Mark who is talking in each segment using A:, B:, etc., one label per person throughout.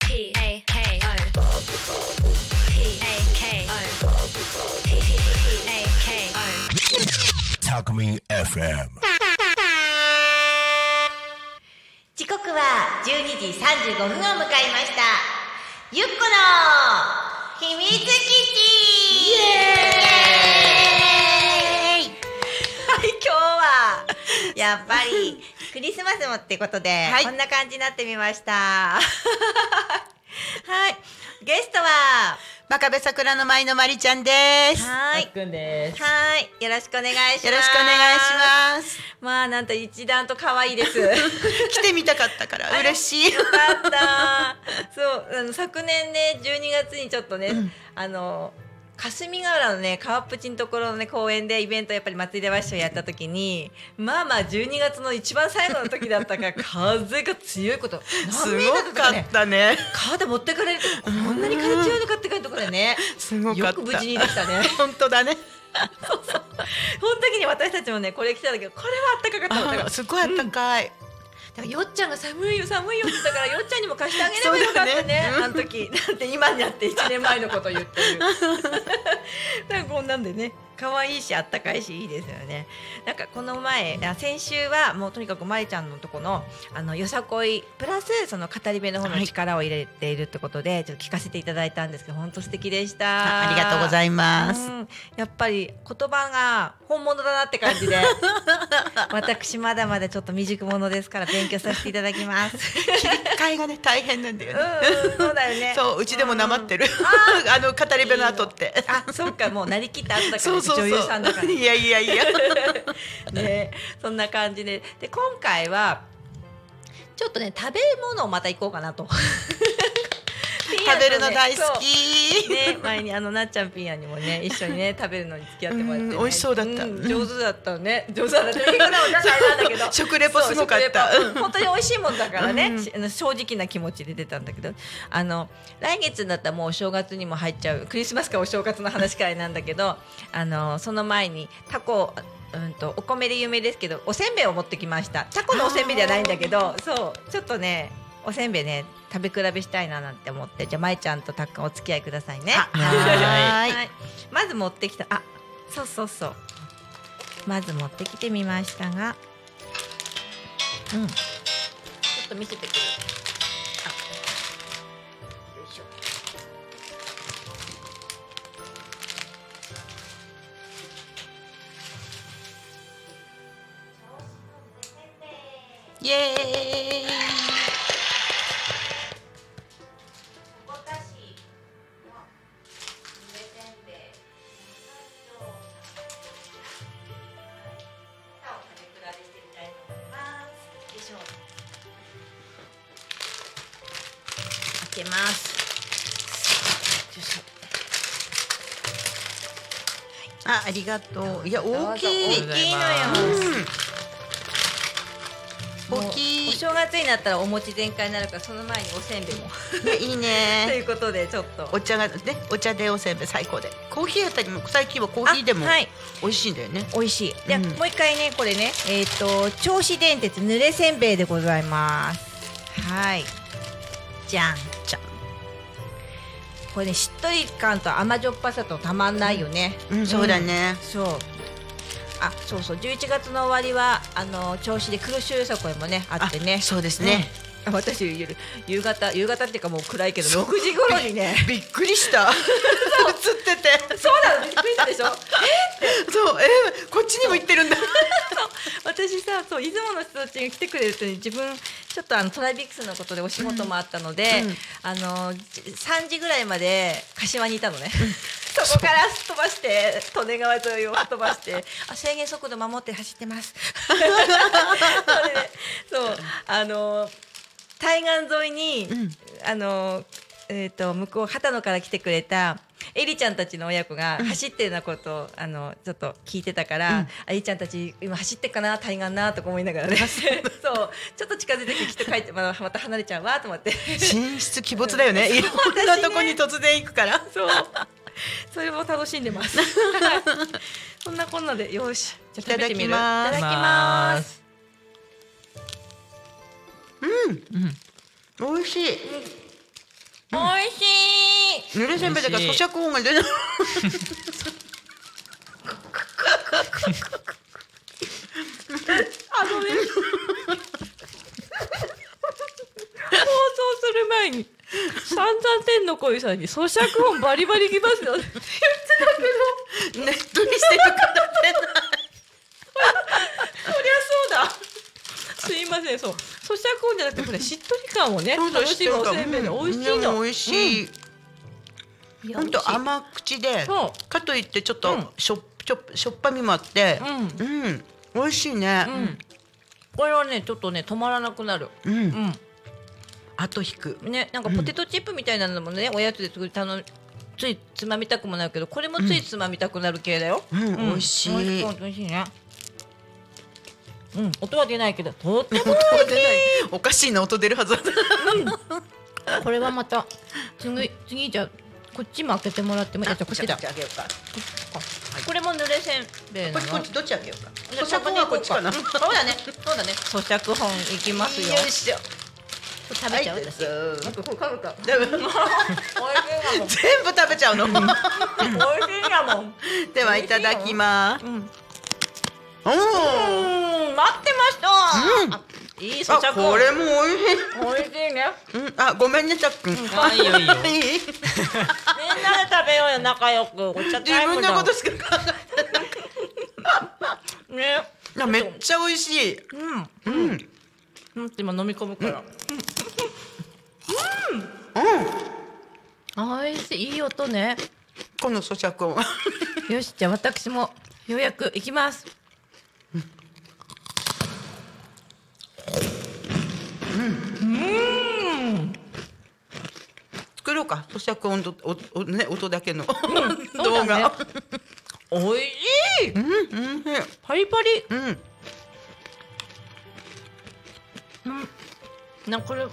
A: P A K O. P A K O. P A K O.
B: Talk FM.
C: 時刻は12時35分を迎えましたゆっこの秘密基地イエーイはい今日はやっぱ りクリスマスもってことで、
D: はい
C: こんな感じになってみま したはいゲストは
D: 真壁桜の舞のまりちゃんです。
C: はい
E: くんです。
C: はいよろしくお願いします
D: よろしくお願いし ます。
C: すまあなんと一段と可愛いですよ
D: 来てみたかったから
C: あれ
D: 嬉しい。
C: かったそうあの昨年ね12月にちょっとね、あの霞ヶ浦のね川っぷちのところのね公園でイベントやっぱり祭りでワッションやった時にまあまあ12月の一番最後の時だった から風が強いこと
D: す
C: 何メー
D: ご
C: トルと
D: か
C: ね
D: ったね。
C: 体持ってかれるとこんなに風強いのかってかいところでね
D: すごか
C: よ
D: った。
C: く無事にできたね
D: 本当だね。
C: その時に私たちもねこれ着たんだけどこれはあったかかったもんだから
D: あすごいあったかい。
C: だからよっちゃんが寒いよ寒いよって言ったからよっちゃんにも貸してあげればよかったね
D: そうだねうん
C: あの時なんて今になって1年前のこと言ってる なんかこんなんでね可愛いしあったかいしいいですよねなんかこの前あ先週はもうとにかくまりちゃんのとこのあのよさこいプラスその語り部の方の力を入れているってことで、ちょっと聞かせていただいたんですけど本当素敵でした
D: あありがとうござ
C: い
D: います。
C: うんやっぱり言葉が本物だなって感じ で私まだまだちょっと未熟者ですから勉強させていただきます
D: 会がね大変なんだ
C: うん
D: よね。
C: そうだよね
D: そううちでもなまって
C: る
D: る。 あの語り部の後って。
C: あそうかもうなりきった後だから
D: そうそうそう。
C: 女優さんだから
D: いやいやいや。
C: ね そんな感じでで今回はちょっとね食べ物をまた行こうかなと
D: 食べるの大
C: そう
D: 好き。
C: ね、前にあのなっちゃんピーヤンにもね一緒にね食べるのに付き合ってもらってね、
D: うん美味しそうだった
C: ん上手だったね上手だったね結構でもなんかあれなんだけど
D: 食レポすごかった
C: そう食レポ本当に美味しいもんだからね、
D: うん
C: しあの正直な気持ちで出たんだけどあの来月になったらもうお正月にも入っちゃうクリスマスかお正月の話会なんだけどあのその前にタコうんとお米で有名ですけどおせんべいを持ってきましたタコのおせんべいじゃないんだけどそうちょっとねおせんべいね食べ比べしたいななんて思ってじゃあまいちゃんとたっくんお付き合いくださいね
D: あ
C: は
D: はいい
C: まず持ってきたあそうそうそうまず持ってきてみましたがうんちょっと見せてくるあよいしょ
D: イエ
C: 開けますよいしょ
D: ーイ。あありがとう。いや大き
C: 大
D: い。
C: きいのよ
D: うん大き
C: お
D: い。
C: 正月になったらお餅全開になるからその前におせんべいも
D: ねいい
C: とい
D: ね。
C: うことでちょっと
D: お茶がね、お茶でおせんべい最高で。コーヒーやったりも最近はコーヒーでも
C: あはい
D: 美味しいんだよね。
C: 美味しいで、
D: うん
C: もう一回ねこれねえっ、と銚子電鉄濡れせんべいでございますはいじゃん
D: じゃん
C: これねしっとり感と甘じょっぱさとたまんないよね、
D: うんそうだね。
C: そうあそうそう11月の終わりはあの銚子で空襲予測もねあってね
D: そうですね。
C: あ私ゆる夕方夕方っていうかもう暗いけど6時頃に ね
D: びっくりした。映ってて。
C: そうなのびっくりしたでしょ
D: そう、えーこっちにも行ってるんだ。
C: 私さそう出雲の人たちが来てくれる人に自分ちょっとあのトライビックスのことでお仕事もあったので、
D: うんうん
C: あのじ3時ぐらいまで柏にいたのね、そこからすっ飛ばして利根川沿いをすっ飛ばしてあ制限速度守って走って ますそれでそうあの対岸沿いに、
D: ん
C: あのえっ、と向こう秦野から来てくれたエリちゃんたちの親子が走ってるようなことを、あのちょっと聞いてたから、あエリちゃんたち今走ってっかな対岸なとか思いながらね そうちょっと近づいてきっと帰ってまあまた離れちゃうわと思って
D: 寝室鬼没だよね。いろんなとこに突然行くから。
C: そう それも楽しんで ますそんなこんなでよしじゃあ食べてみる
D: いただきます
C: いただきます
D: 美味しい。
C: おいしい
D: ぬれせんべいだから
E: 美味しい
D: 咀嚼音が出ない
C: あごめん放送する前に散々天の声さんに咀嚼音バリバリきますよね言ってたけど
D: ネットにしてるから出ない
C: そりゃそうだすいませんそう咀嚼音じゃなくてこれしっとり感をね
D: そうそう
C: 楽しむおせんべいで
D: うん
C: 美味しいの
D: うん美味しい。
C: いや
D: 本当甘口で
C: そ、
D: かといってちょっ
C: うん
D: としょっちょしょっぱみもあって、
C: う
D: うん、美味しいね
C: う。んこれはねちょっとね止まらなくなる
D: うん、
C: うん
D: あと引く。
C: ねなんかポテトチップみたいなのもね、おやつで作りたのついつまみたくもなるけどこれもついつまみたくなる系だよ、
D: うん美味しい
C: 美味し美味しいねうん音は出ないけどとって
D: 音
C: も
D: が出ない。おかしいな音出るはずだ。
C: これはまた次次じゃあこっちも開けてもらってもいいじゃあこっちだ
D: こっちあげようか。
C: これも濡れせんべい
D: こ
C: な
D: っち
C: の
D: こっちどっちあげようか。
C: じゃあ
D: 咀嚼音はこっちかな。
C: うんそうだねそうだね咀嚼本いきますよ
D: よいしょ。
C: 食べちゃう
D: はい
C: 私
D: どうぞ
C: なんかこれ噛むか
D: で
C: お
D: も
C: いし
D: 全部食べちゃうの。
C: いなもんおいしいなもん
D: ではいただきます。
C: うん
D: おお。
C: うん待ってました、うん、いい咀
D: あ
C: 嚼音
D: これも美味しい。
C: おいしいね
D: うん、あごめんねたっくん。い
E: あいいよいいよ
D: い
C: みんなで食べようよ仲良くお茶
D: 自
C: タイム
D: 分
C: だ
D: のことしか考えない
C: ね
D: いや。めっちゃ美味しい。
C: うんうんうんって今飲み込むからうんうん、おいしいいい音ね
D: この咀嚼音。
C: よしじゃあ私もようやく行きます
D: 作ろうか咀嚼音とおおね音だけの、
C: そ
D: 動
C: うだね
D: 画。
C: おいしい
D: うん、美味しい
C: パリパリ
D: うん、
C: なんかこれ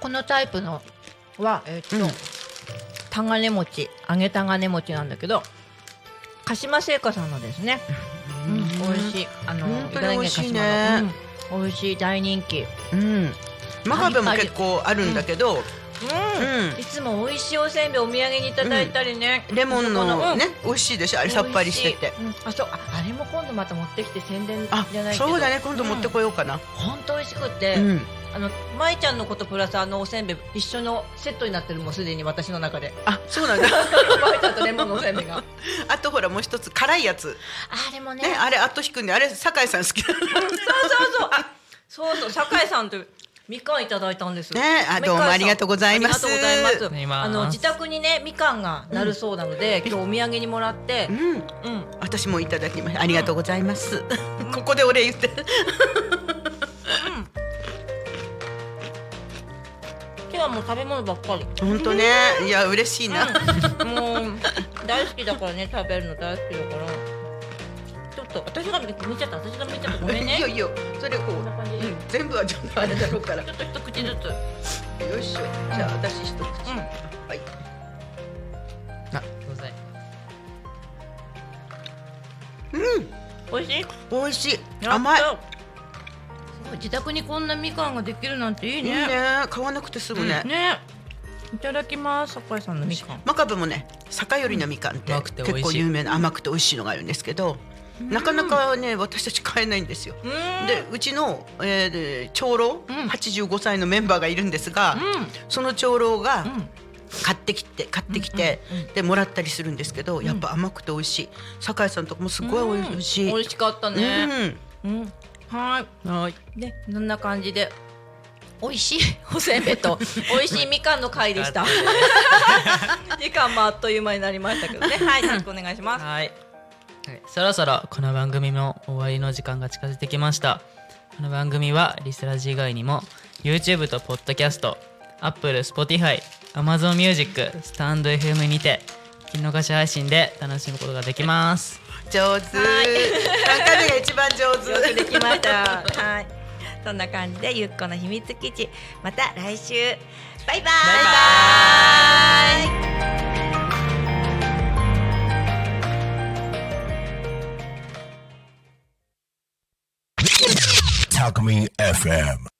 C: このタイプのはえーっと、
D: うん
C: タガネ餅揚げタガネ餅なんだけど鹿島製菓さんのですね、うん美味しいあの
D: 本当に
C: 茨城
D: 美味しい
C: 県
D: ね
C: 鹿島のうん美味しい大人気、
D: うん。真壁も結構あるんだけど、うん
C: いつも美味しいおせんべいお土産にいただいたりね、
D: レモン
C: そこ
D: の
C: うん
D: ね、美味しいでしょあれさっぱりしてて。
C: 美味しいうんあそうああれも今度また持ってきて宣伝
D: あ
C: じゃない、けど
D: そうだね。今度持ってこようかな。
C: 本当美味しくて、
D: うん。
C: あのまいちゃんのことプラスあのおせんべい一緒のセットになってるもうすでに私の中で
D: あ、そうなんだ。
C: まいちゃんとレモンのおせんべいが あ
D: あとほらもう一つ辛いやつ。
C: れもね
D: ね、あれあと引くんで、あれ酒井さん好き
C: そ
D: だ。
C: うそうそうあそうそう酒井さんというみかんいただいたんです
D: ね
C: みかんさ
D: あ
C: ん
D: どうもありがとうございます
C: ありがとうござ
E: あり
C: い
E: が
C: ます
E: と
C: あ
E: うございます
C: の自宅にねみかんがなるそうなので、今日お土産にもらって
D: う、ん。
C: うん、
D: 私もいただきました。ありがとうございます。ここでお礼言って。
C: 今日はもう食べ物ばっかり
D: 本当ね。いや嬉しいな。
C: もう大好きだからね食べるの大好きだからちょっと私が見ちゃった私が見ちゃったごめん
D: いいよ
C: ね
D: いいよ。それこう、
C: んな感じ
D: うん全部はちょっとあれだろうから。
C: ちょっと一口ずつ
D: よいしょ。じゃあ私一口。
C: うん
D: はい。
E: ござい
C: 美味しい
D: 美味しい。
C: やった
D: 甘い。
C: すごい自宅にこんなみかんができるなんていい
D: いい
C: ね。
D: ね。買わなくて済むね。
C: ね。いただきます。酒井さんのみかん。
D: 真壁もね、酒寄りのみかんって
E: 甘くて美味し
D: 結
E: い
D: 構有名な甘くて美味しいのがあるんですけど、なかなかね私たち買えないんですよ。
C: うん
D: でうちの、えーで長老、
C: ん
D: 85歳のメンバーがいるんですが、その長老が
C: ん
D: 買ってきて買ってきて、でもらったりするんですけど、やっぱ甘くて美味しい酒井さんとかもすごい美味しい、
C: 美味しかったね。うん。は
D: うんはい
C: い。で、こんな感じで。美味しい おせんべい と美味しいみかんの回でした。 時間もあっという間になりましたけどね。はい、よろしくお願いします。
E: はいそろそろこの番組も終わりの時間が近づいてきましたこの番組はリスラジ以外にも YouTube と Podcast Apple、Spotify、Amazon Music、スタンド FM にて聞き逃し配信で楽しむことができます
D: 上 手、
C: はい
D: 3回目が一番上手
C: よくできました。はい。そんな感じでゆっこの秘密基地また来週バイバイ。バイバイ
B: タクミン FM